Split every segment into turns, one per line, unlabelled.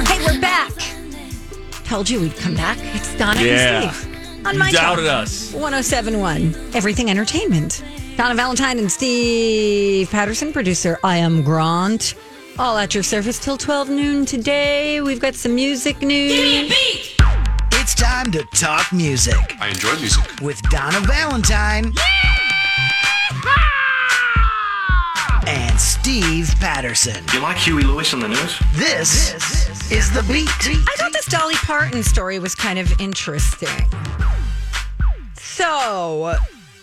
Hey, we're back. Told you we'd come back. It's Donna
Yeah.
and Steve on
You
my
doubted
Talk
us.
1071 Everything Entertainment. Donna Valentine and Steve Patterson, producer I am Grant. All at your service till 12 noon today. We've got some music news.
It's time to talk music
I enjoy music.
with Donna Valentine and Steve Patterson.
You like Huey Lewis on the news?
This is the beat.
I thought this Dolly Parton story was kind of interesting. So,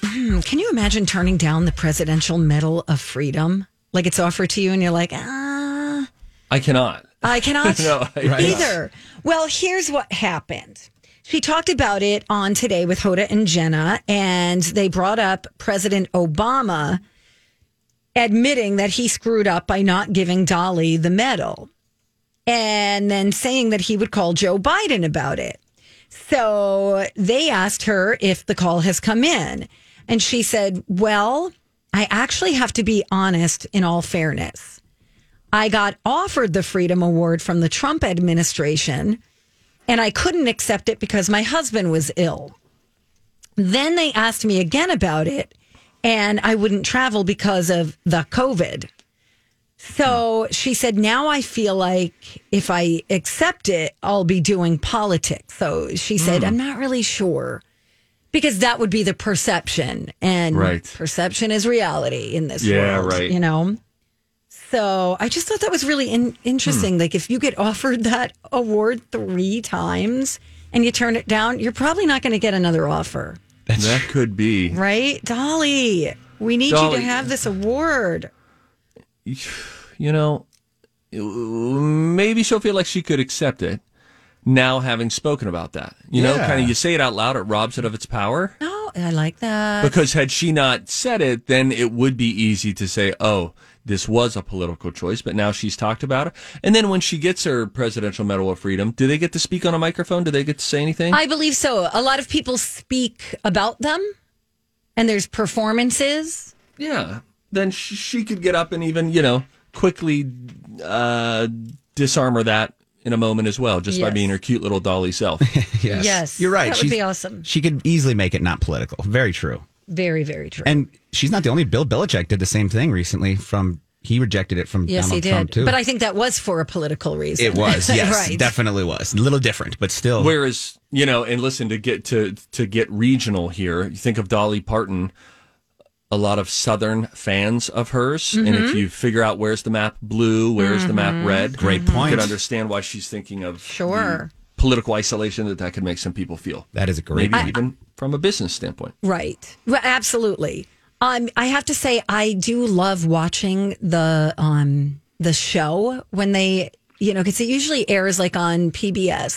hmm, can you imagine turning down the Presidential Medal of Freedom? Like it's offered to you, and you're like, ah,
I cannot.
I cannot
No, I- Right.
either. Well, here's what happened. We talked about it on today with Hoda and Jenna, and they brought up President Obama admitting that he screwed up by not giving Dolly the medal and then saying that he would call Joe Biden about it. So they asked her if the call has come in. And she said, Well, I actually have to be honest in all fairness. I got offered the Freedom Award from the Trump administration, and I couldn't accept it because my husband was ill. Then they asked me again about it, and I wouldn't travel because of the COVID. So she said, Now I feel like if I accept it, I'll be doing politics. So she said,
Hmm.
I'm not really sure because that would be the perception. And
Right.
perception is reality in this
Yeah,
world.
right.
You know? So I just thought that was really in- interesting.
Hmm.
Like, if you get offered that award three times and you turn it down, you're probably not going to get another offer,
that could be.
right? Dolly, we need you
Dolly.
to have this award.
You know, maybe she'll feel like she could accept it now having spoken about that. You know,
Yeah.
kind of you say it out loud, it robs it of its power.
No, I like that.
Because had she not said it, then it would be easy to say, oh, this was a political choice, but now she's talked about it. And then when she gets her Presidential Medal of Freedom, do they get to speak on a microphone? Do they get to say anything?
I believe so. A lot of people speak about them, and there's performances.
yeah then sh- she could get up and even you know quickly uh disarmor that in a moment as well just by
Yes.
being her cute little dolly self
Yes.
Yes.
You're right.
That would
She's-
be awesome.
She could easily make it not political. Very true.
Very, very true.
And she's not the only. Bill Belichick did the same thing recently from he rejected it from
yes,
Donald
he
Trump
did.
too.
But I think that was for a political reason.
it was, yes.
right.
Definitely was. A little different, but still
whereas you know and listen to get to to get regional here you think of dolly parton a lot of southern fans of hers and
Mm-hmm.
if you figure out where's the map blue where's the map red
Great
you
point.
can understand why she's thinking of the
Mm-hmm. Sure.
political isolation that that could make some people feel
that is a great
maybe
point.
even from a business standpoint
Right. Well, absolutely. Um, I have to say, I do love watching the um the show when they, you know, because it usually airs like on PBS.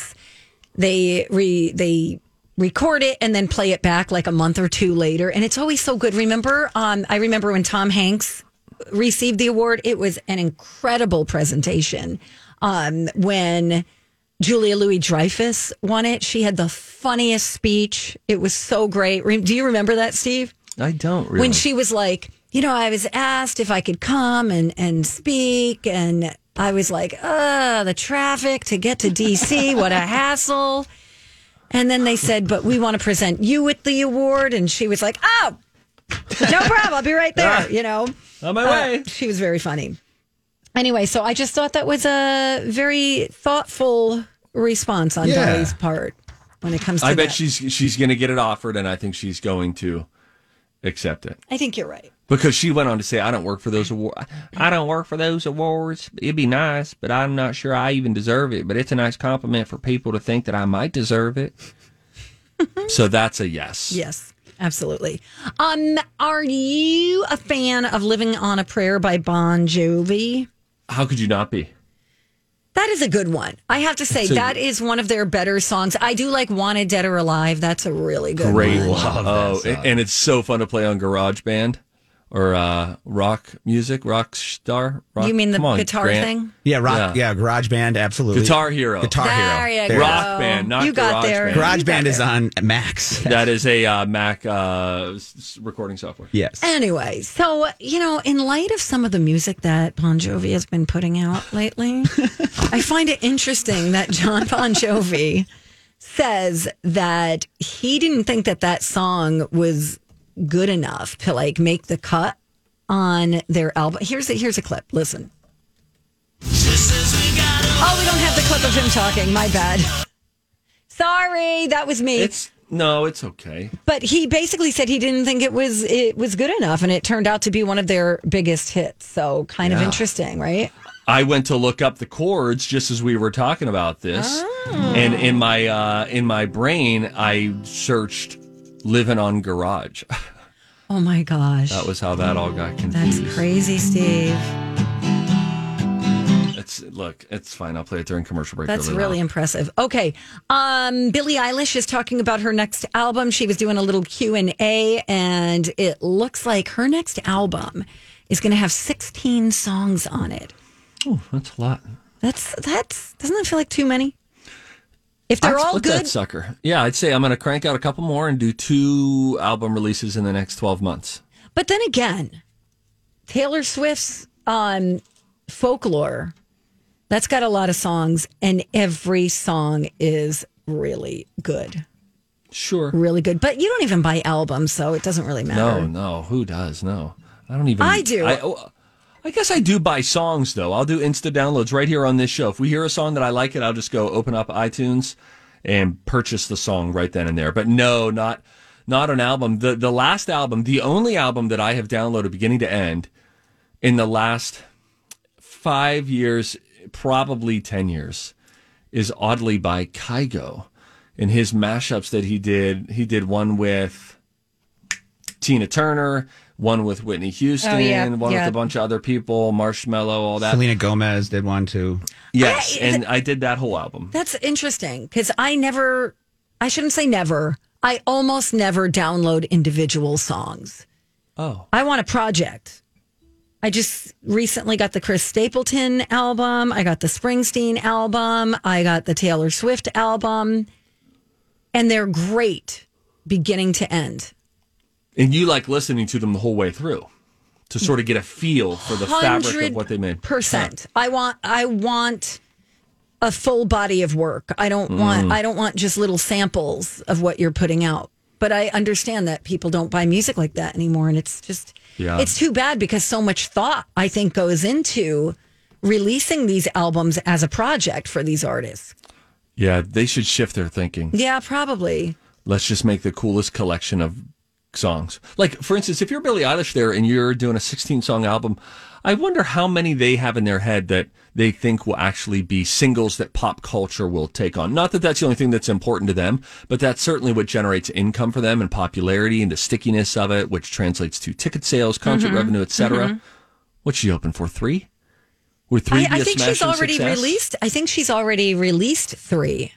They re they record it and then play it back like a month or two later, and it's always so good. Remember, um, I remember when Tom Hanks received the award. It was an incredible presentation. Um, when Julia Louis Dreyfus won it, she had the funniest speech. It was so great. Re- Do you remember that, Steve?
i don't really
When she was like, you know, I was asked if I could come and and speak, and I was like, uh, the traffic to get to DC, what a hassle. And then they said, but we want to present you with the award, and she was like, oh, no problem, I'll be right there. You know,
on my
Uh,
way
she was very funny. Anyway, so I just thought that was a very thoughtful response on
Yeah.
Dolly's part when it comes to
I bet
that.
she's she's going to get it offered, and I think she's going to accept it
I think you're right.
because she went on to say, "I don't work for those awards. I don't work for those awards. It'd be nice, but I'm not sure I even deserve it. But it's a nice compliment for people to think that I might deserve it." so that's a yes.
Yes, absolutely. Um, are you a fan of Living on a Prayer by Bon Jovi?
How could you not be?
That is a good one. I have to say,
So-
that is one of their better songs. I do like Wanted Dead or Alive. That's a really good
Great.
one.
Love that
oh,
song.
and it's so fun to play on Garage Band or uh, rock music, rock star. Rock,
You mean the
come on,
guitar
Grant.
thing?
Yeah, rock. Yeah, Garage Band. Absolutely.
Guitar Hero.
Guitar
There
Hero.
you
There
go.
it is.
Rock Band, not
you got
Garage
there.
Band.
Garage
You got
Band is
there.
on max.
That is a uh, Mac uh, s- s- recording software.
Yes.
Anyway, so you know, in light of some of the music that Bon Jovi has been putting out lately, I find it interesting that John Bon Jovi says that he didn't think that that song was good enough to like make the cut on their album. Here's a here's a clip. Listen. Oh, we don't have the clip of him talking. My bad. Sorry, that was me
It's no, it's okay.
but he basically said he didn't think it was it was good enough and it turned out to be one of their biggest hits so kind of interesting right
I went to look up the chords just as we were talking about this,
Ah.
and in my uh, in my brain, I searched "living on garage."
oh my gosh
That was how that all got
that's
confused.
crazy steve
It's look, it's fine. I'll play it during commercial break.
that's
loud.
really impressive okay um billie eilish is talking about her next album she was doing a little q&a and it looks like her next album is going to have 16 songs on it
Oh, that's a lot.
that's that's doesn't that feel like too many if they're
I'd
all
split
good
That sucker. Yeah, I'd say I'm going to crank out a couple more and do two album releases in the next 12 months.
But then again, Taylor Swift's um, folklore, that's got a lot of songs, and every song is really good.
Sure.
Really good. But you don't even buy albums, so it doesn't really matter.
No, no. Who does? No. I don't even.
I do.
I, oh, I guess I do buy songs, though. I'll do Insta downloads right here on this show. If we hear a song that I like it, I'll just go open up iTunes and purchase the song right then and there. But no, not not an album. The the last album, the only album that I have downloaded beginning to end in the last five years, probably ten years, is oddly by Kygo. In his mashups that he did, he did one with Tina Turner, one with Whitney Houston, one
Oh, yeah.
with a bunch of other people, Marshmallow, all that.
Selena Gomez did one too.
Yes,
I-
and I did that whole album.
That's interesting because I never, I shouldn't say never, I almost never download individual songs.
Oh,
I want a project. I just recently got the Chris Stapleton album. I got the Springsteen album. I got the Taylor Swift album. And they're great beginning to end.
and you like listening to them the whole way through to sort of get a feel for the fabric of what they made.
Percent. I want I want a full body of work. I don't
Mm.
want I don't want just little samples of what you're putting out. But I understand that people don't buy music like that anymore and it's just
Yeah.
it's too bad because so much thought I think goes into releasing these albums as a project for these artists.
Yeah, they should shift their thinking.
Yeah, probably.
let's just make the coolest collection of songs. Like, for instance, if you're Billie Eilish there and you're doing a 16 song album, I wonder how many they have in their head that they think will actually be singles that pop culture will take on. Not that that's the only thing that's important to them, but that's certainly what generates income for them and popularity and the stickiness of it, which translates to ticket sales, concert
Mm-hmm.
revenue, etc. What's she hoping for? Three? Would three
I,
be
I
a
think she's
smashing
already
success?
released. I think she's already released three.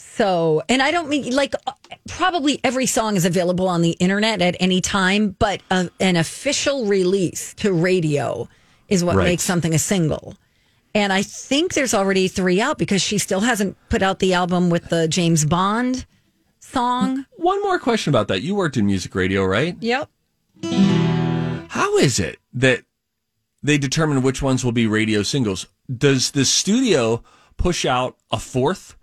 So, and I don't mean like uh, probably every song is available on the internet at any time, but a, an official release to radio is what
Right.
makes something a single. And I think there's already three out because she still hasn't put out the album with the James Bond song.
One more question about that. You worked in music radio, right?
Yep.
How is it that they determine which ones will be radio singles? Does the studio push out a fourth,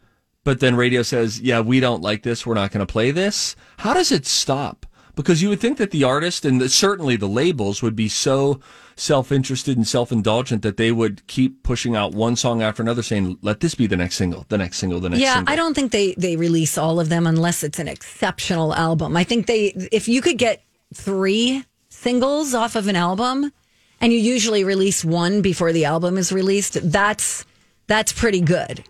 but then radio says, yeah, we don't like this. We're not going to play this? How does it stop? Because you would think that the artist and the, certainly the labels would be so self interested and self indulgent that they would keep pushing out one song after another, saying, "Let this be the next single, the next single, the next."
Yeah,
single.
I don't think they they release all of them unless it's an exceptional album. I think they if you could get 3 singles off of an album and you usually release one before the album is released, that's that's pretty good.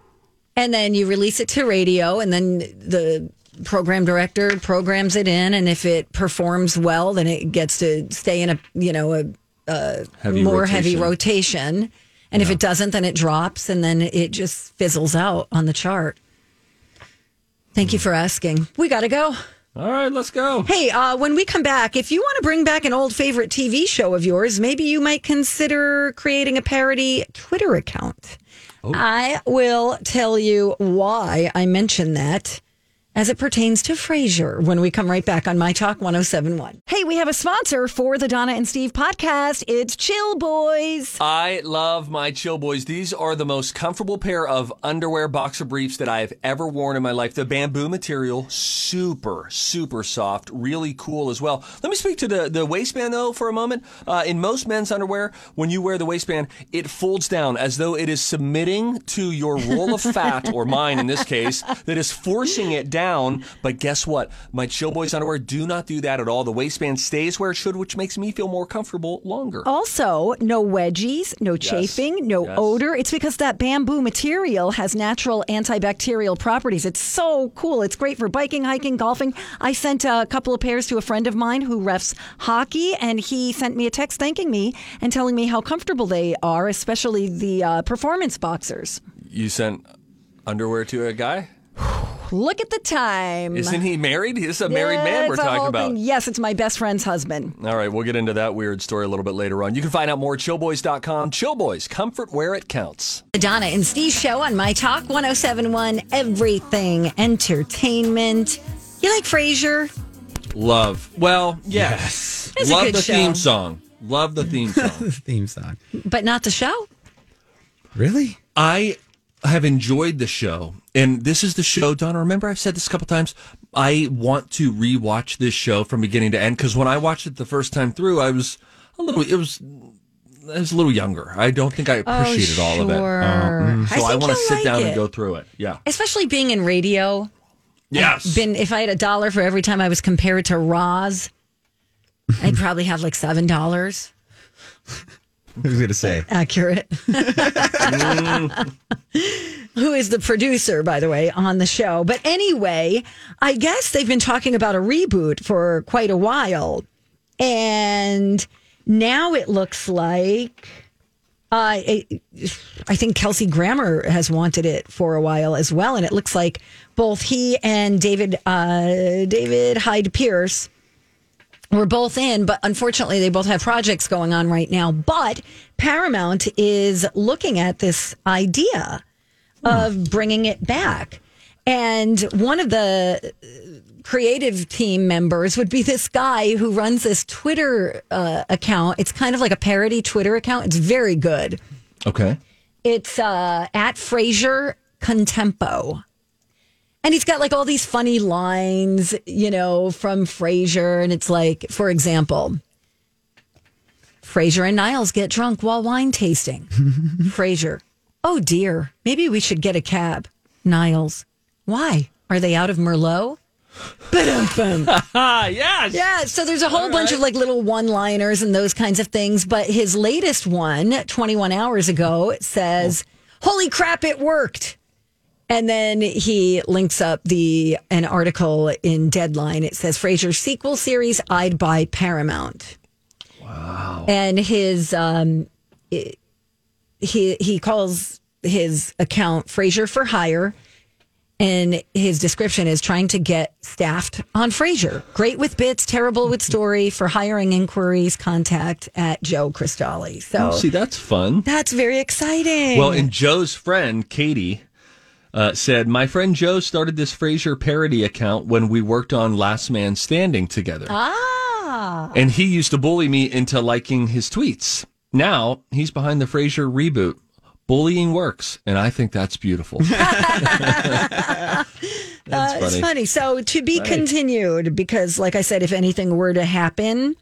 And then you release it to radio and then the program director programs it in and if it performs well then it gets to stay in a you know a
Heavy
more
rotation.
heavy rotation. And if it doesn't, then it drops and then it just fizzles out on the chart. Thank
Hmm.
you for asking. We got to go.
All right, let's go.
Hey, uh, when we come back, if you want to bring back an old favorite TV show of yours, maybe you might consider creating a parody Twitter account.
Oh.
I will tell you why I mentioned that as it pertains to Frasier when we come right back on My Talk 1071. Hey, we have a sponsor for the Donna and Steve podcast. It's Chill Boys.
I love my chill boys. These are the most comfortable pair of underwear boxer briefs that I have ever worn in my life. The bamboo material, super, super soft, really cool as well. Let me speak to the, the waistband though for a moment. Uh, in most men's underwear, when you wear the waistband, it folds down as though it is submitting to your roll of fat, or mine in this case, that is forcing it down. But guess what? My chill boys underwear do not do that at all. The waistband stays where it should, which makes me feel more comfortable longer.
Oh, Also, no wedgies, no chafing, no
Yes.
odor. It's because that bamboo material has natural antibacterial properties. It's so cool. It's great for biking, hiking, golfing. I sent a couple of pairs to a friend of mine who refs hockey, and he sent me a text thanking me and telling me how comfortable they are, especially the uh, performance boxers.
You sent underwear to a guy?
Look at the time.
Isn't he married? This is a married man we're
It's a
talking
whole
about.
thing. Yes, it's my best friend's husband.
All right, we'll get into that weird story a little bit later on. You can find out more at chillboys.com. Chillboys, comfort where it counts.
The Donna and Steve show on My Talk 1071 Everything Entertainment. You like Frasier?
Love. Well, yes.
It's a
Love
good
the
show.
theme song. Love the theme song.
Theme song.
But not the show?
Really?
I have enjoyed the show, and this is the show, Donna. Remember, I've said this a couple times. I want to rewatch this show from beginning to end because when I watched it the first time through, I was a little. It was. I was a little younger. I don't think I appreciated all of it.
Oh,
Uh-huh. Mm-hmm.
sure. I
So I,
think
want to
you'll
sit
like
down
it.
and go through it. Yeah.
Especially being in radio.
Yes.
Been if I had a dollar for every time I was compared to Roz, I'd probably have like seven dollars.
I was going to say.
Accurate. Who is the producer, by the way, on the show. But anyway, I guess they've been talking about a reboot for quite a while. And now it looks like uh, it, I think Kelsey Grammer has wanted it for a while as well. And it looks like both he and David, uh, David Hyde Pierce we're both in, but unfortunately, they both have projects going on right now. But Paramount is looking at this idea of bringing it back. And one of the uh, creative team members would be this guy who runs this Twitter uh, account. It's kind of like a parody Twitter account, it's very good.
Okay.
It's uh, at Fraser Contempo. And he's got like all these funny lines, you know, from Frasier. And it's like, for example, Frasier and Niles get drunk while wine tasting. Frasier, oh dear, maybe we should get a cab. Niles, why? Are they out of Merlot? Ba-dum-bum.
Ah, yes.
Yeah, so there's a whole bunch of like little one liners and those kinds of things. But his latest one, 21 hours ago, it says, Holy crap, it worked. And then he links up the an article in Deadline. It says Frasier's sequel series eyed by Paramount. Wow. And his um i he he calls his account Frasier for hire and his description is trying to get staffed on Frasier. Great with bits, terrible with story. For hiring inquiries, contact at Joe Cristalli. So
See, that's fun.
that's very exciting.
Well, and Joe's friend Katie uh, said, "My friend Joe started this Frasier parody account when we worked on Last Man Standing together,
Oh. ah,
and he used to bully me into liking his tweets. Now he's behind the Frasier reboot. Bullying works, and I think that's beautiful. that's
Uh,
funny.
It's funny. So to be continued, because like I said, if anything were to happen,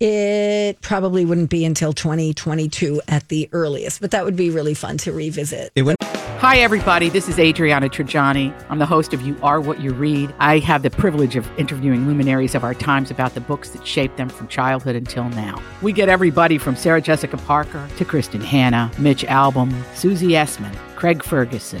It probably wouldn't be until 2022 at the earliest, but that would be really fun to revisit.
It went
Hi, everybody. This is Adriana Trajani. I'm the host of You Are What You Read. I have the privilege of interviewing luminaries of our times about the books that shaped them from childhood until now. We get everybody from Sarah Jessica Parker to Kristen Hanna, Mitch Albom, Susie Essman, Craig Ferguson,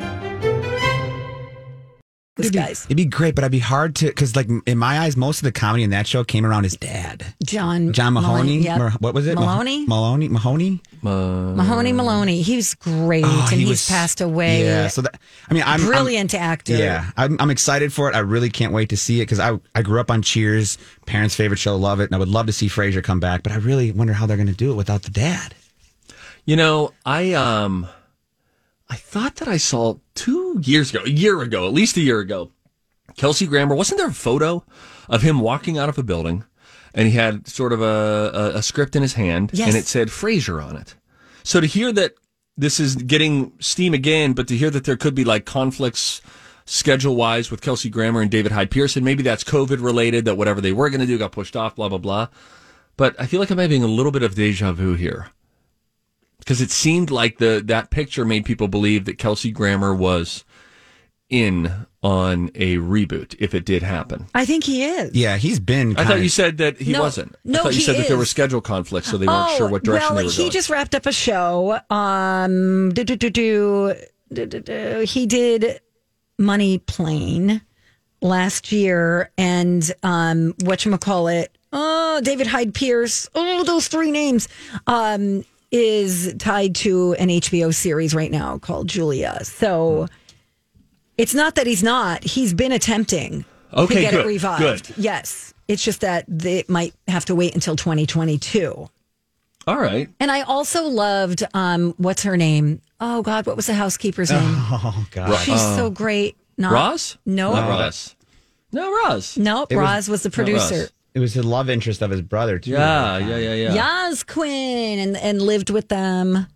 These guys,
It'd be great, but I'd be hard to because, like, in my eyes, most of the comedy in that show came around his dad,
John
John
Maloney,
Mahoney.
yep.
Mar- what was it? Mah-
Maloney.
Maloney. Mahoney.
Uh,
Mahoney Maloney. He was great,
Oh,
and
he
he's
was-
passed away.
Yeah. So that I mean, I'm I'm-
Brilliant actor.
Yeah, I'm, I'm excited for it. I really can't wait to see it because I I grew up on Cheers, parents' favorite show, love it, and I would love to see Frasier come back. But I really wonder how they're going to do it without the dad.
You know, I um, I thought that I saw two years ago, a year ago, at least a year ago, Kelsey Grammer. Wasn't there a photo of him walking out of a building, and he had sort of a a, a script in his hand,
Yes.
and it said Frasier on it. So to hear that this is getting steam again, but to hear that there could be like conflicts schedule wise with Kelsey Grammer and David Hyde Pearson, maybe that's COVID related. That whatever they were going to do got pushed off. Blah blah blah. But I feel like I'm having a little bit of deja vu here because it seemed like the that picture made people believe that Kelsey Grammer was in on a reboot if it did happen.
I think he is.
Yeah, he's been.
I
kinda-
thought you said that he
No,
wasn't.
no,
I thought you
he
said that
is.
there
Oh,
were schedule conflicts, so they weren't sure what direction
well,
they were
he
going.
just wrapped up a show. Um, do, do, do, do, do, do, do. He did Money Plane last year, and um, what you call it? Oh, David Hyde Pierce. Oh, those three names. Um, is tied to an HBO series right now called Julia. So it's not that he's not. He's been attempting to
Okay,
Okay,
get it
good,
revived.
good.
Yes. It's just that they might have to wait until 2022.
All right.
And I also loved um, what's her name? Oh God, what was the housekeeper's name?
Oh God.
She's so great. Not
Roz?
No,
Not Roz. No, Roz.
no. Roz was, the producer.
Roz.
It was the love interest of his brother too.
Yeah, yeah, yeah, yeah.
Yaz Quinn and and lived with them.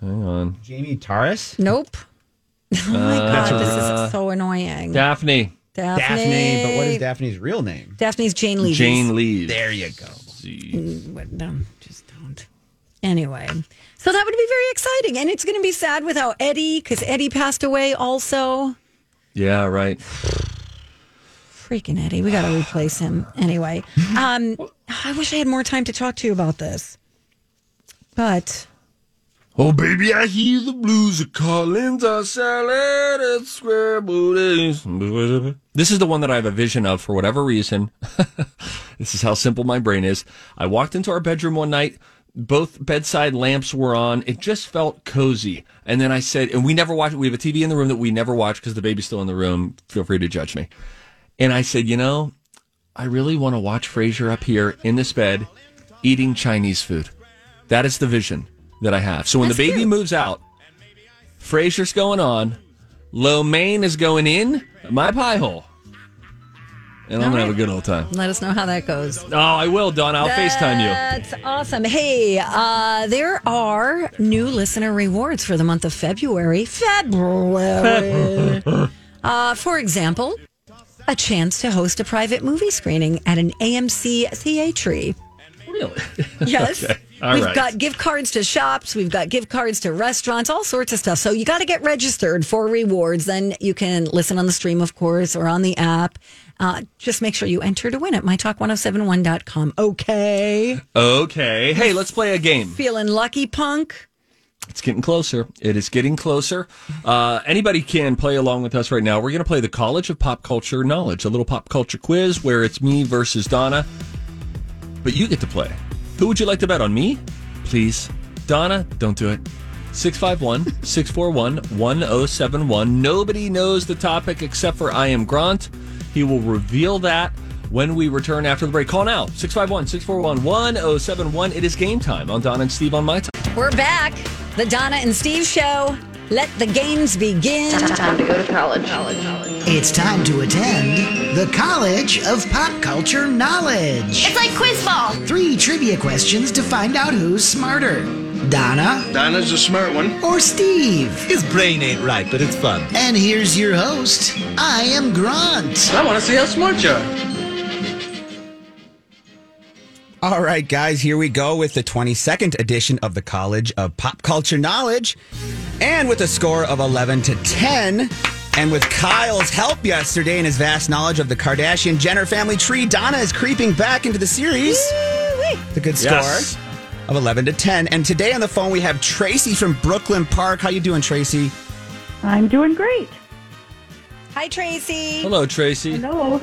Hang on.
Jamie Taurus.
Nope. Oh my
Uh,
God, this is so annoying.
Daphne.
Daphne.
Daphne, but what is Daphne's real name?
Daphne's Jane Lee.
Jane Leaves.
There you go.
No, just don't. Anyway, so that would be very exciting, and it's going to be sad without Eddie because Eddie passed away. Also,
Yeah, right.
Freaking Eddie, we got to replace him anyway. Um, I wish I had more time to talk to you about this, but
Oh, baby, I hear the blues are calling. Our salad and scrambled eggs. This is the one that I have a vision of for whatever reason. this is how simple my brain is. I walked into our bedroom one night. Both bedside lamps were on. It just felt cozy. And then I said, and we never watch. We have a TV in the room that we never watch because the baby's still in the room. Feel free to judge me. And I said, you know, I really want to watch Frasier up here in this bed eating Chinese food. That is the vision that I have. So when the baby moves out, Frasier's going on, lo mein is going in my pie hole, and I'm gonna have a good old time.
let us know how that goes.
Oh, I will, Don. I'll Facetime you.
That's awesome. Hey, uh, there are new listener rewards for the month of February. February. uh, for example, a chance to host a private movie screening at an AMC theatre.
Really?
Yes.
All
We've
right.
got gift cards to shops. We've got gift cards to restaurants, all sorts of stuff. So you got to get registered for rewards. Then you can listen on the stream, of course, or on the app. Uh, just make sure you enter to win at mytalk1071.com. Okay.
Okay. Hey, let's play a game.
Feeling lucky, punk?
It's getting closer. It is getting closer. Uh, anybody can play along with us right now. We're going to play the College of Pop Culture Knowledge, a little pop culture quiz where it's me versus Donna. but you get to play. Who would you like to bet on? Me? Please. Donna, don't do it. 651 641 1071. Nobody knows the topic except for I am Grant. He will reveal that when we return after the break. Call now 651 641 1071. It is game time on Donna and Steve on my time.
We're back. The Donna and Steve Show. Let the games begin.
Time to go to college.
It's time to attend the College of Pop Culture Knowledge.
It's like quiz ball.
Three trivia questions to find out who's smarter Donna
Donna's a smart one.
or Steve.
His brain ain't right, but it's fun.
And here's your host, I am Grant.
I want to see how smart you are.
All right, guys, here we go with the 22nd edition of the College of Pop Culture Knowledge. And with a score of 11 to 10, and with Kyle's help yesterday and his vast knowledge of the Kardashian Jenner family tree, Donna is creeping back into the series. The good score
Yes.
of 11 to 10. And today on the phone we have Tracy from Brooklyn Park. How you doing, Tracy?
I'm doing great.
Hi, Tracy.
Hello, Tracy.
Hello.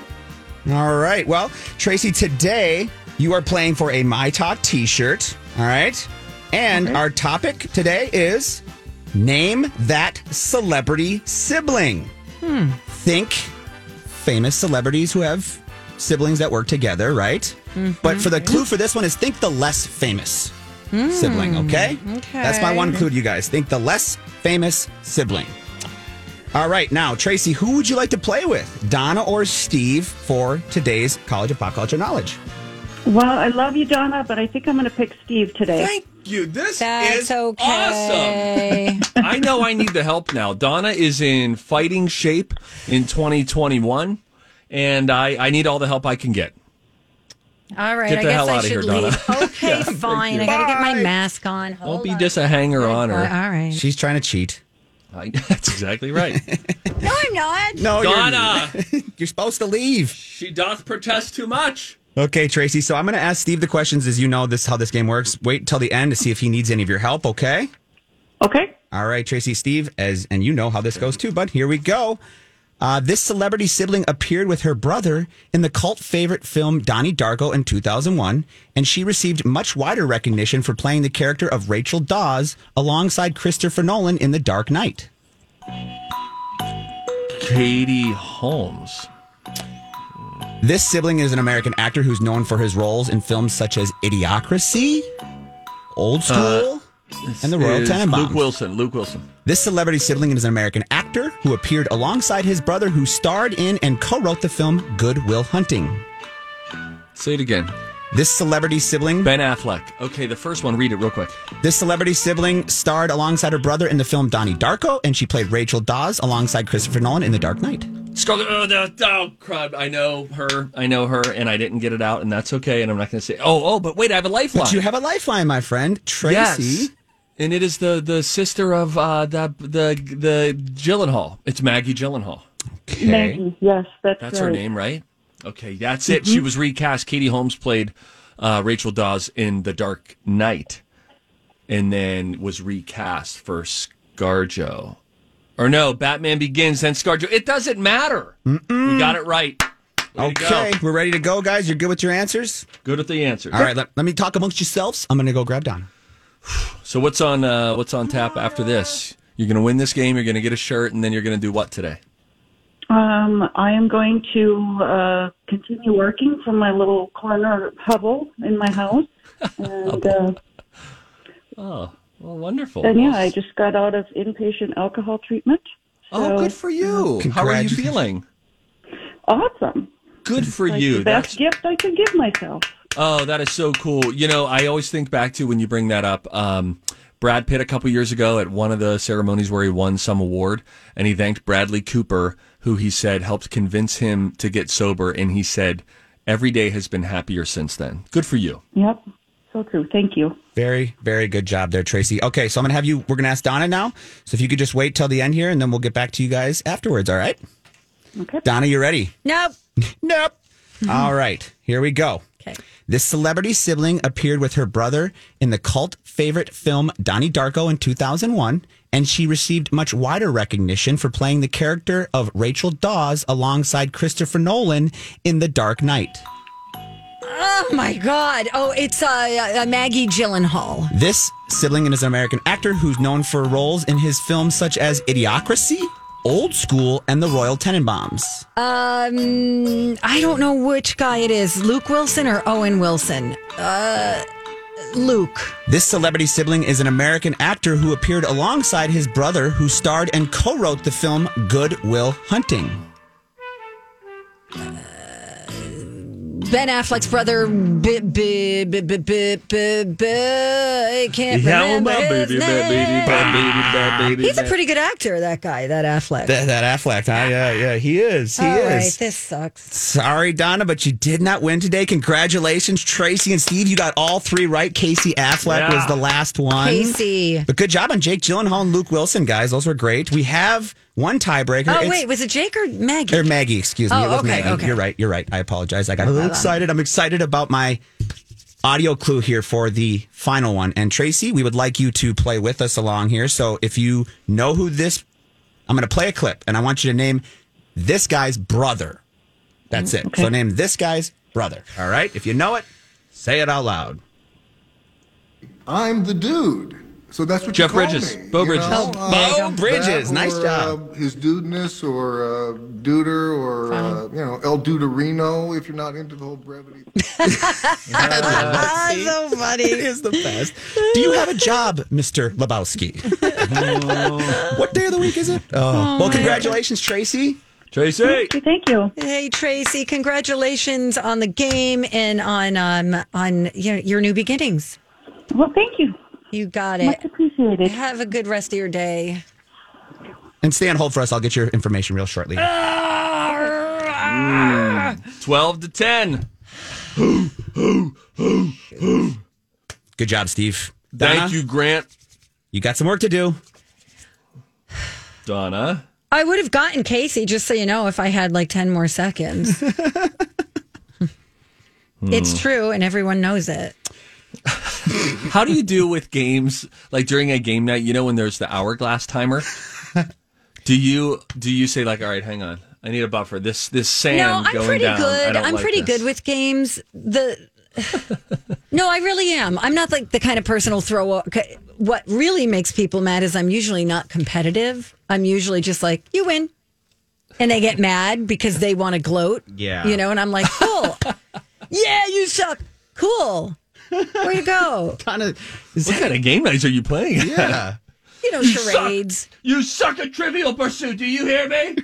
All right. Well, Tracy, today you are playing for a My Talk t shirt. All right. And our topic today is name that celebrity sibling.
Hmm.
Think famous celebrities who have siblings that work together, right? But for the clue for this one is think the less famous sibling, okay? That's my one clue to you guys. Think the less famous sibling. All right, now, Tracy, who would you like to play with, Donna or Steve, for today's College of Pop Culture Knowledge?
Well, I love you, Donna, but I think I'm going to pick Steve today.
Thank you. This
That's
is
okay.
I know I need the help now. Donna is in fighting shape in 2021, and I, I need all the help I can get.
All right.
Get
I
the
guess
hell
I
outta
should
here, Donna.
leave. Okay, fine. I got to get my mask on. Hold
Don't be just a hanger on her.
All right.
She's trying to cheat.
that's exactly right.
No, I'm not.
No, you're-
Donna!
You're supposed to leave.
she doth protest too much.
Okay, Tracy. So I'm going to ask Steve the questions as you know this how this game works. Wait till the end to see if he needs any of your help, okay?
Okay.
All right, Tracy, Steve, as and you know how this goes too, bud. Here we go. Uh, this celebrity sibling appeared with her brother in the cult favorite film Donnie Darko in 2001, and she received much wider recognition for playing the character of Rachel Dawes alongside Christopher Nolan in The Dark Knight.
Katie Holmes.
This sibling is an American actor who's known for his roles in films such as Idiocracy, Old School, and The Royal
is
Tenenbaums.
Luke Wilson. Luke Wilson.
This celebrity sibling is an American actor who appeared alongside his brother who starred in and co-wrote the film Good Will Hunting.
Say it again.
This celebrity sibling
Ben Affleck. Okay, the first one. Read it real quick.
This celebrity sibling starred alongside her brother in the film Donnie Darko and she played Rachel Dawes alongside Christopher Nolan in The Dark Knight.
Scarlet. Oh, the, oh, crud. I know her. I know her, and I didn't get it out, and that's okay. And I'm not going to say. Oh, oh, but wait, I have a lifeline.
But you have a lifeline, my friend, Tracy.
Yes. And it is the the sister of uh, the the the Gyllenhaal. It's Maggie Gyllenhaal.
Okay.
Maggie. Yes, that's,
That's
right.
her name, right? Okay, that's it.
Mm-hmm.
She was recast. Katie Holmes played uh, Rachel Dawes in The Dark Knight, and then was recast for ScarJo. Or no, Batman Begins, then ScarJo. It doesn't matter. You got it right. Way to
Okay,
go.
we're ready to go, guys. You're good with your answers?
Good at the answers.
All right, let, let me talk amongst yourselves. I'm going to go grab Donna.
So what's on uh, what's on tap after this? You're going to win this game. You're going to get a shirt, and then you're going to do what today?
Um, I am going to uh, continue working from my little corner hovel in my house. And, uh,
Oh, well, wonderful.
and yeah, I just got out of inpatient alcohol treatment.
oh,
So-
good for you. How are you
Congratulations.
feeling?
Awesome.
Good for
Like
you.
the best gift I could give myself.
Oh, that is so cool. You know, I always think back to when you bring that up. Um, Brad Pitt a couple years ago at one of the ceremonies where he won some award, and he thanked Bradley Cooper, who he said helped convince him to get sober, and he said, "Every day has been happier since then." Good for you.
Yep. So true. Thank you.
Very, very good job there, Tracy. Okay, so I'm going to have you, we're going to ask Donna now. So if you could just wait till the end here and then we'll get back to you guys afterwards, all right?
Okay.
Donna, you ready?
Nope.
Nope. All right, here we go. Okay. This celebrity sibling appeared with her brother in the cult favorite film Donnie Darko in 2001, and she received much wider recognition for playing the character of Rachel Dawes alongside Christopher Nolan in The Dark Knight.
Oh my God! Oh, it's uh, uh, Maggie Gyllenhaal.
This sibling is an American actor who's known for roles in his films such as Idiocracy, Old School, and The Royal Tenenbaums.
Um, I don't know which guy it is, Luke Wilson or Owen Wilson. Uh, Luke.
This celebrity sibling is an American actor who appeared alongside his brother, who starred and co wrote the film Good Will Hunting.
Ben Affleck's brother. B- b- b- b- b- b- b- I can't
Yeah,
remember
my
his
baby, my
name.
baby, my baby, my baby,
He's a
my-
pretty good actor, that guy, that Affleck.
That, that Affleck, huh? Yeah, yeah, he is. He
All
is.
right, this sucks.
Sorry, Donna, but you did not win today. Congratulations, Tracy and Steve. You got all three right. Casey Affleck
Yeah.
was the last one.
Casey.
But good job on Jake Gyllenhaal and Luke Wilson, guys. Those were great. We have one tiebreaker.
Oh
It's-
wait, was it Jake or Maggie?
Or Maggie, excuse me.
Oh,
it was
okay,
Maggie.
okay.
You're right. You're right. I apologize. I got a
Blah,
little
blah.
excited. I'm excited about my audio clue here for the final one. And Tracy, we would like you to play with us along here. So if you know who this, I'm going to play a clip and I want you to name this guy's brother. That's it. So name this guy's brother. All right. If you know it, say it out loud.
I'm the dude. So that's what
Jeff
you call
Bridges.
me,
Bo
you
Bridges.
know?
Oh, Bo
that
Bridges.
or,
Nice job.
Uh, his dudeness or uh, duder or, uh, you know, El Duderino if you're not into the whole brevity.
Uh, so funny.
It is the best. Do you have a job, Mr. Lebowski? what day of the week is it? Oh, well,
my
congratulations, Tracy.
Tracy.
Thank you.
Hey Tracy, congratulations on the game and on um on you know, your new beginnings.
Well, thank you.
You got it.
Much appreciated.
Have a good rest of your day.
And stay on hold for us. I'll get your information real shortly.
Twelve to ten.
Good job, Steve.
Thank
Donna,
you, Grant.
You got some work to do.
Donna.
I would have gotten Casey, just so you know, if I had like ten more seconds. it's true, and everyone knows it.
How do you deal with games like during a game night? You know when there's the hourglass timer. do you do you say like, all right, hang on, I need a buffer. This this sand
no, I'm
going
pretty
down. I
good.
don't
I'm
like
pretty
this."
good with games. The no, I really am. I'm not like the kind of person who'll throw. a- c- What really makes people mad is I'm usually not competitive. I'm usually just like you win, and they get mad because they want to gloat.
Yeah.
you know, and I'm like, cool. yeah, you suck. Cool. Way to go.
Donna,
What kind of game nights are you playing? at?
Yeah.
You know, charades.
You suck at Trivial Pursuit. Do you hear me?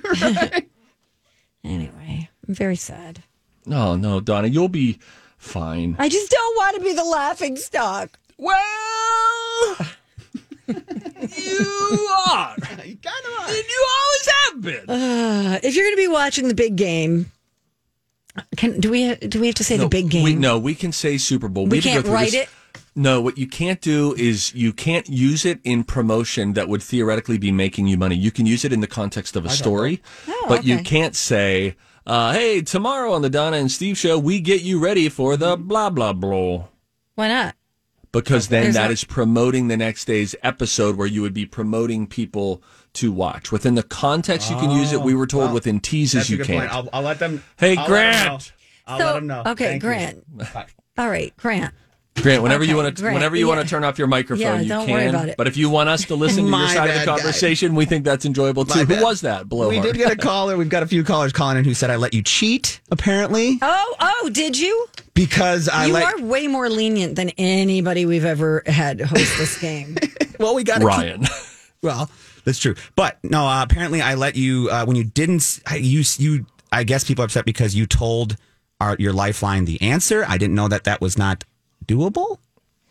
Anyway, I'm very sad.
No, no, Donna, you'll be fine.
I just don't want to be the laughing stock. Well,
You are.
you kind of
And you always have been.
Uh, if you're going to be watching the big game, can do we do we have to say the big game?
We, no, we can say Super Bowl.
We
need to go
can't
through
write
this-
it?
No, what you can't do is you can't use it in promotion that would theoretically be making you money. You can use it in the context of a story, but you
Oh, okay.
can't say, uh, "Hey, tomorrow on the Donna and Steve show, we get you ready for the blah blah blah."
Why not?
Because then
There's
that
no-
is promoting the next day's episode where you would be promoting people to watch. Within the context you can use it, we were
Oh,
told within teases you can't.
I'll let them.
Hey, I'll let 'em Grant.
I'll
So, Okay, Grant. All right, Grant.
Grant, whenever you
Okay,
want to,
Grant.
whenever you want
Yeah.
to turn off your microphone,
Yeah,
you
don't
can.
worry about it.
But if you want us to listen to
My
your side of
bad,
the
guys.
conversation, we think that's enjoyable too.
My
Who
bad.
was that? Blowhard.
We did get a caller. We've got a few callers calling in who said I let you cheat, apparently,
Oh, oh, did you?
because I
you
let.
are way more lenient than anybody we've ever had host this game.
well, we got to keep
Ryan.
Well, that's true. But no, uh, apparently I let you uh, when you didn't. s- I- You you. I guess people are upset because you told our, your lifeline the answer. I didn't know that that was not doable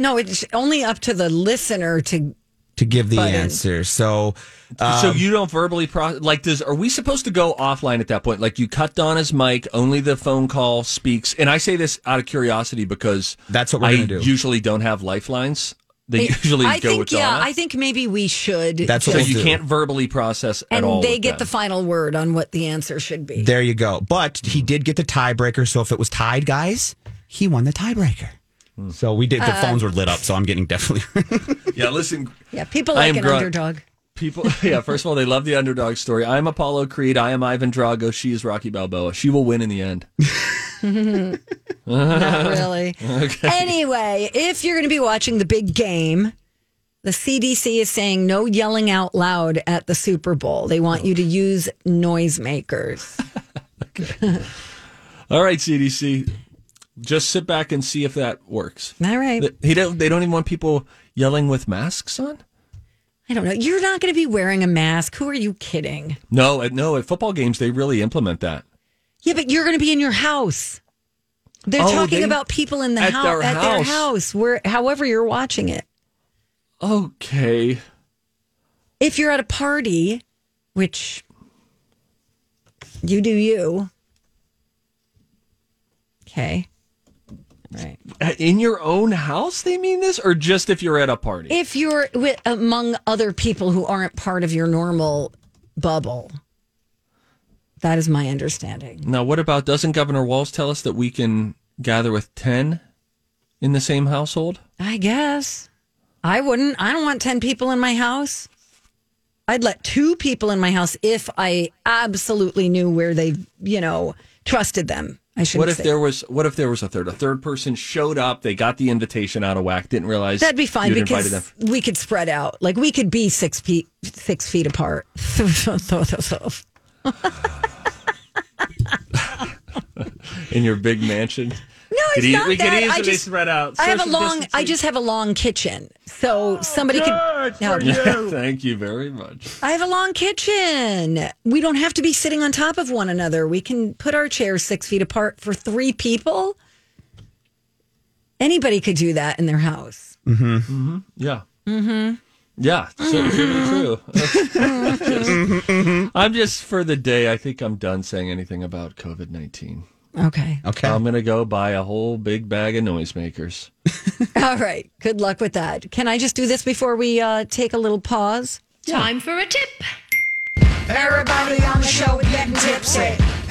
no, it's only up to the listener to.
to give the
Button.
answer. So
so you don't verbally process like does are we supposed to go offline at that point like you cut donna's mic only the phone call speaks and i say this out of curiosity because
That's what we're
i
gonna do.
usually don't have lifelines they usually
I
go
think
with
yeah.
donna
I think maybe we should.
That's what
so
we'll
you
do.
can't verbally process at
and
all
they
with
get the
them.
final word on what the answer should be.
there you go. But
Hmm.
he did get the tiebreaker. So if it was tied, guys, he won the tiebreaker.
Hmm.
So we did. The
Uh,
phones were lit up. So I'm getting definitely.
yeah listen
yeah, people
I
like
am
an
grunt.
underdog.
People, yeah. First of all, they love the underdog story. I'm Apollo Creed. I am Ivan Drago. She is Rocky Balboa. She will win in the end.
Not really.
Okay.
Anyway, if you're going to be watching the big game, the CDC is saying no yelling out loud at the Super Bowl. They want you to use noisemakers.
All right, CDC, just sit back and see if that works.
All right.
Th- He don't, they don't even want people yelling with masks on.
I don't know. You're not going to be wearing a mask. Who are you kidding?
No, at, no, at football games they really implement that.
Yeah, but you're going to be in your house. They're
Oh,
talking
they-
about people in the
at
house
their
at their
house.
house, where however you're watching it.
Okay.
If you're at a party, which you do you. Okay. Right.
In your own house, they mean this, or just if you're at a party?
If you're with, among other people who aren't part of your normal bubble. That is my understanding.
Now, what about doesn't Governor Walls tell us that we can gather with 10 in the same household?
I guess. I wouldn't. I don't want 10 people in my house. I'd let two people in my house if I absolutely knew where they, you know, trusted them. I should
What if
say.
there was what if there was a third? A third person showed up, they got the invitation out of whack, didn't realize
That'd be fine
you'd invited them.
because we could spread out. Like we could be six feet six feet apart.
in your big mansion.
No,
Could
it's
ea-
not
we
that.
could easily
I just,
spread out.
I have a
Social
long. I
distancing.
just have a long kitchen, so somebody could. No,
Yeah, thank you very much.
I have a long kitchen. We don't have to be sitting on top of one another. We can put our chairs six feet apart for three people. Anybody could do that in their house.
Mm-hmm. mm-hmm. Yeah.
Mm-hmm.
Yeah. So, true. true. I'm just for the day. I think I'm done saying anything about COVID nineteen.
Okay.
Okay.
Um,
I'm gonna go buy a whole big bag of noisemakers.
All right. Good luck with that. Can I just do this before we uh, take a little pause?
Time for a tip.
Everybody on the show getting tipsy.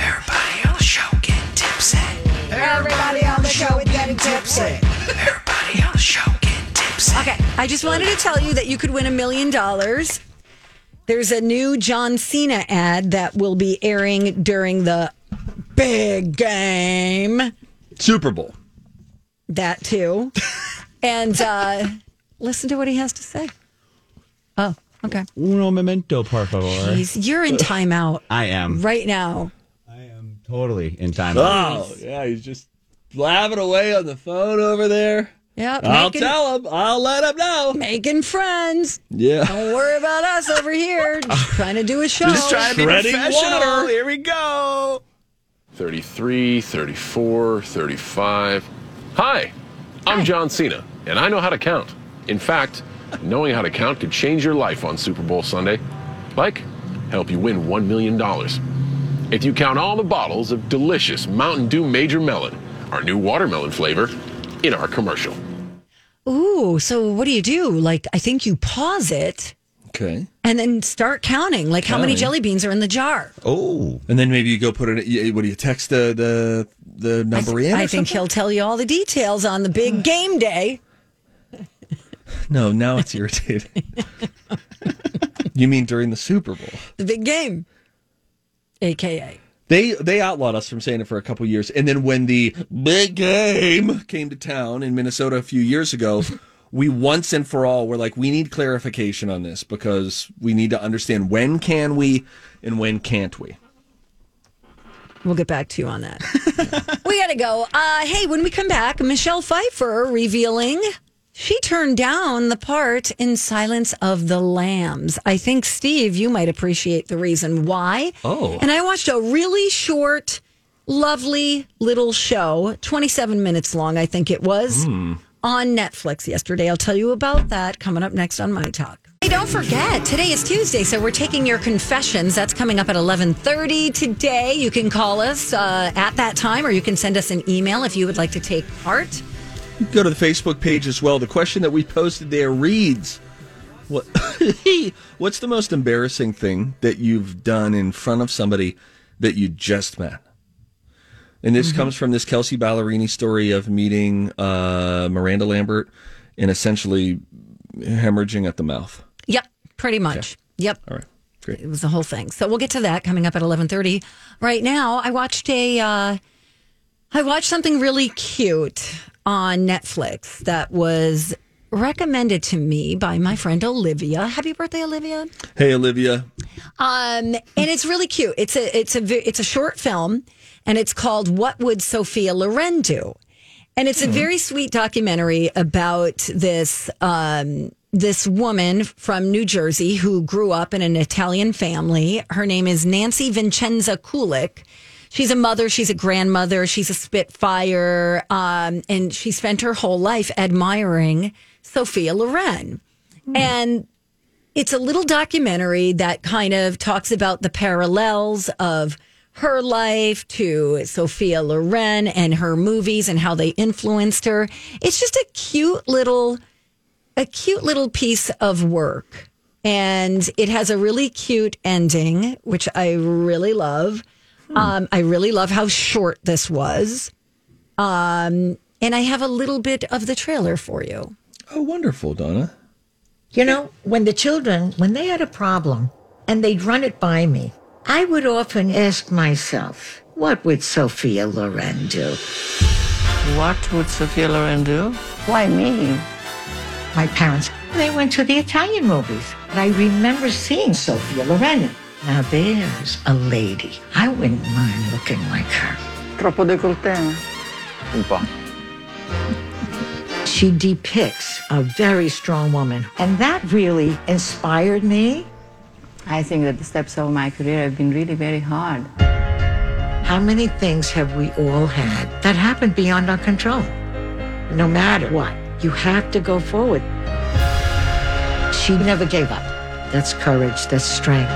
Everybody on the show getting tipsy. Everybody on the show getting tipsy. Everybody on the show getting tipsy.
Okay. I just wanted to tell you that you could win a million dollars. There's a new John Cena ad that will be airing during the big game.
Super Bowl.
That too. and uh, listen to what he has to say. Oh, okay.
Uno memento, por favor.
He's, you're in timeout
I am
right now.
totally in time.
Oh yeah, he's just blabbing away on the phone over there.
Yep.
I'll
making-
tell him. I'll let him know.
Making friends.
Yeah.
Don't worry about us over here. Just trying to do a show.
Just trying to be Shredding professional. water.
Here we go.
33, 34, 35. Hi, I'm John Cena, and I know how to count. In fact, knowing how to count could change your life on Super Bowl Sunday, like help you win $1 million. If you count all the bottles of delicious Mountain Dew Major Melon, our new watermelon flavor, in our commercial.
Ooh, so what do you do? Like, I think you pause it
Okay.
and then start counting, like how many
Counting.
jelly beans are in the jar.
Oh. And then maybe you go put it. you- What do you text the the the number in? or
I think he'll tell you all the details on the big game day.
something? No, now it's irritating. you mean during the Super Bowl?
The big game. AKA.
They they outlawed us from saying it for a couple years, and then when the big game came to town in Minnesota a few years ago, we once and for all were like, we need clarification on this because we need to understand when can we and when can't we.
We'll get back to you on that. we gotta go. Uh, hey, when we come back, Michelle Pfeiffer revealing she turned down the part in Silence of the Lambs. I think Steve, you might appreciate the reason why.
Oh.
and I watched a really short, lovely little show, twenty-seven minutes long, I think it was,
Hmm.
on Netflix yesterday. I'll tell you about that coming up next on My Talk. Hey, don't forget, today is Tuesday, so we're taking your confessions. That's coming up at 11:30 today. You can call us uh, at that time or you can send us an email if you would like to take part.
Go to the Facebook page as well. The question that we posted there reads What what's the most embarrassing thing that you've done in front of somebody that you just met? And this comes from this Kelsey Ballerini story of meeting uh, Miranda Lambert and essentially hemorrhaging at the mouth.
Yep, pretty much. Yep.
All right. Great.
It was the whole thing. So we'll get to that coming up at 11:30. Right now, I watched a uh, I watched something really cute on Netflix that was recommended to me by my friend Olivia. Happy birthday, Olivia.
Hey, Olivia.
Um, and it's really cute. It's a it's a ve- it's a short film, and it's called "What Would Sophia Loren Do," and it's a very sweet documentary about this um, this woman from New Jersey who grew up in an Italian family. Her name is Nancy Vincenza Kulik. She's a mother. She's a grandmother. She's a Spitfire, um, and she spent her whole life admiring Sophia Loren. And it's a little documentary that kind of talks about the parallels of her life to Sophia Loren and her movies and how they influenced her. It's just a cute little a cute little piece of work. And it has a really cute ending, which I really love. Um, I really love how short this was. Um, and I have a little bit of the trailer for you.
Oh, wonderful, Donna.
You know, when the children, when they had a problem and they'd run it by me, I would often ask myself, what would Sophia Loren do?
What would Sophia Loren do?
Why me? My parents, they went to the Italian movies. And I remember seeing Sophia Loren. Now there's a lady. I wouldn't mind looking like her.
Troppo décolleté.
Un po'.
She depicts a very strong woman. And that really inspired me.
I think that the steps of my career have been really very hard.
How many things have we all had that happened beyond our control? No matter what, you have to go forward. She never gave up. That's courage, that's strength.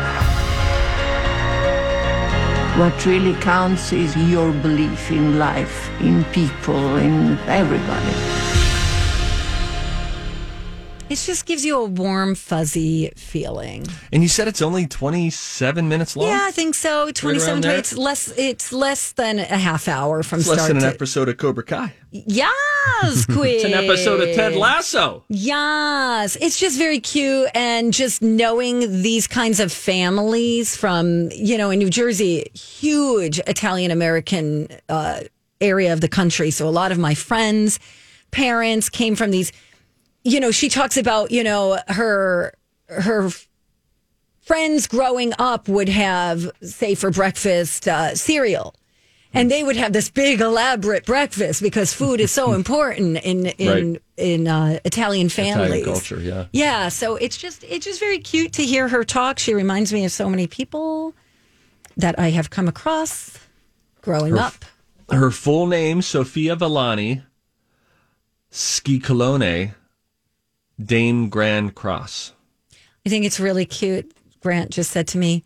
What really counts is your belief in life, in people, in everybody.
It just gives you a warm, fuzzy feeling.
And you said it's only 27 minutes long?
Yeah, I think so. Twenty-seven.
around there?
it's less. It's less than a half hour from
It's less
start
than an
to
episode of Cobra Kai.
Yes, quick.
It's an episode of Ted Lasso.
Yes, it's just very cute, and just knowing these kinds of families from you know in New Jersey, huge Italian American uh, area of the country. So a lot of my friends' parents came from these. You know, she talks about you know her her friends growing up would have, say, for breakfast, uh, cereal. And they would have this big elaborate breakfast because food is so important in in
Right.
in uh, Italian families.
Italian culture, yeah.
Yeah, so it's just it's just very cute to hear her talk. She reminds me of so many people that I have come across growing
Her
up.
Her full name, Sophia Villani, Scicolone, Dame Grand Cross.
I think it's really cute. Grant just said to me,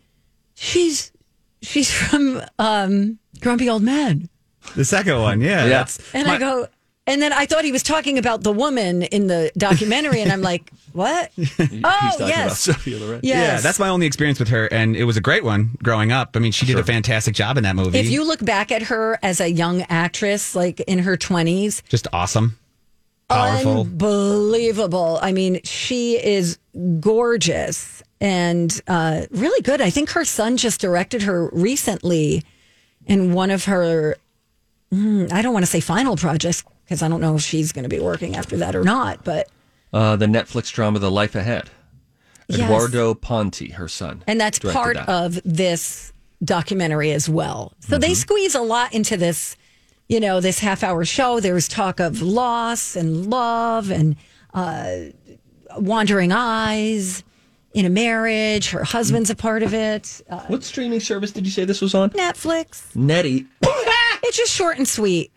"She's she's from um, Grumpy Old Man."
The second one, yeah.
Yeah.
That's
And I go, and then I thought he was talking about the woman in the documentary, and I'm like, what? oh, yes.
Yeah,
Yes.
that's my only experience with her, and it was a great one growing up. I mean, she did a fantastic job in that movie.
If you look back at her as a young actress, like in her 20s,
Just awesome. Powerful.
unbelievable. I mean, she is gorgeous and uh, really good. I think her son just directed her recently in one of her, mm, I don't want to say final projects because I don't know if she's going to be working after that or not, but.
Uh, the Netflix drama The Life Ahead.
Yes.
Eduardo Ponti, her son.
And that's
directed
part
that.
of this documentary as well. So
Mm-hmm.
they squeeze a lot into this, you know, this half hour show. There was talk of loss and love and uh, wandering eyes in a marriage. Her husband's a part of it. Uh,
What streaming service did you say this was on?
Netflix.
Nettie.
it's just short and sweet.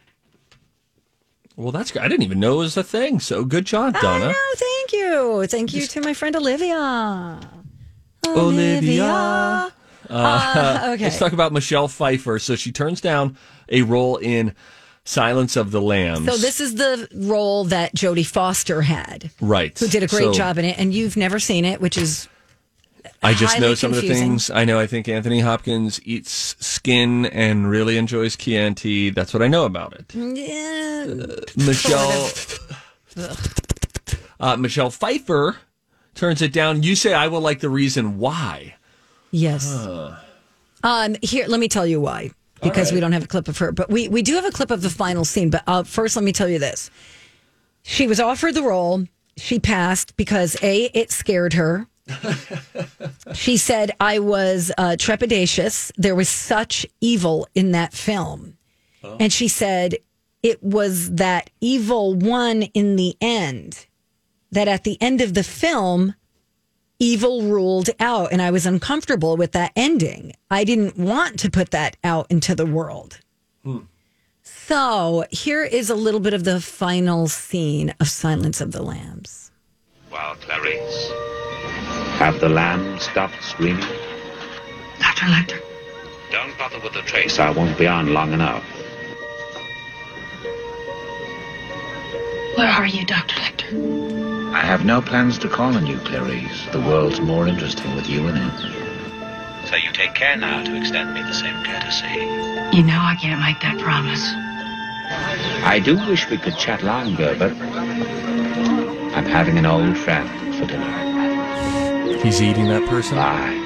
Well, that's great. I didn't even know it was a thing. So good job, Donna.
Oh, thank you. Thank you to my friend Olivia.
Olivia.
Uh, okay.
Let's talk about Michelle Pfeiffer. So she turns down a role in Silence of the Lambs.
So this is the role that Jodie Foster had.
right.
who did a great
So
job in it, and you've never seen it, which is
I just
highly
know some of the
confusing.
things. I know. I think Anthony Hopkins eats skin and really enjoys Chianti. That's what I know about it.
yeah.
Michelle. Uh, Michelle Pfeiffer turns it down. You say I will like the reason why.
yes. Um, here, let me tell you why. because we don't have a clip of her. But we, we do have a clip of the final scene. But uh, first, let me tell you this. She was offered the role. She passed because A, it scared her. she said, I was uh, trepidatious. There was such evil in that film. And she said, it was that evil one in the end, that at the end of the film, evil ruled out. And I was uncomfortable with that ending. I didn't want to put that out into the world.
Hmm.
So here is a little bit of the final scene of Silence of the Lambs.
While Clarice. Have the lamb stopped screaming?
Dr. Lecter.
Don't bother with the trace. I won't be on long enough.
Where are you, Dr. Lecter?
I have no plans to call on you, Clarice. The world's more interesting with you in it. So you take care now to extend me the same courtesy.
You know I can't make that promise.
I do wish we could chat longer, but I'm having an old friend for dinner.
He's eating that person?
Bye.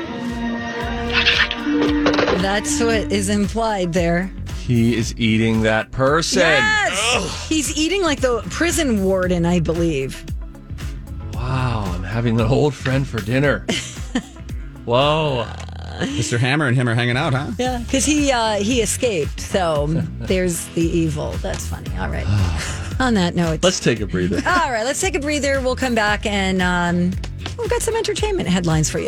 That's what is implied there.
He is eating that person.
Yes! He's eating like the prison warden, I believe.
Wow, I'm having an old friend for dinner. Whoa.
Mr. Hammer and him are hanging out, huh?
Yeah, because he uh, he escaped. So there's the evil. That's funny. All right. On that note,
Let's take
Oh,
a breather.
all right. Let's take a breather. We'll come back and um, we've got some entertainment headlines for you.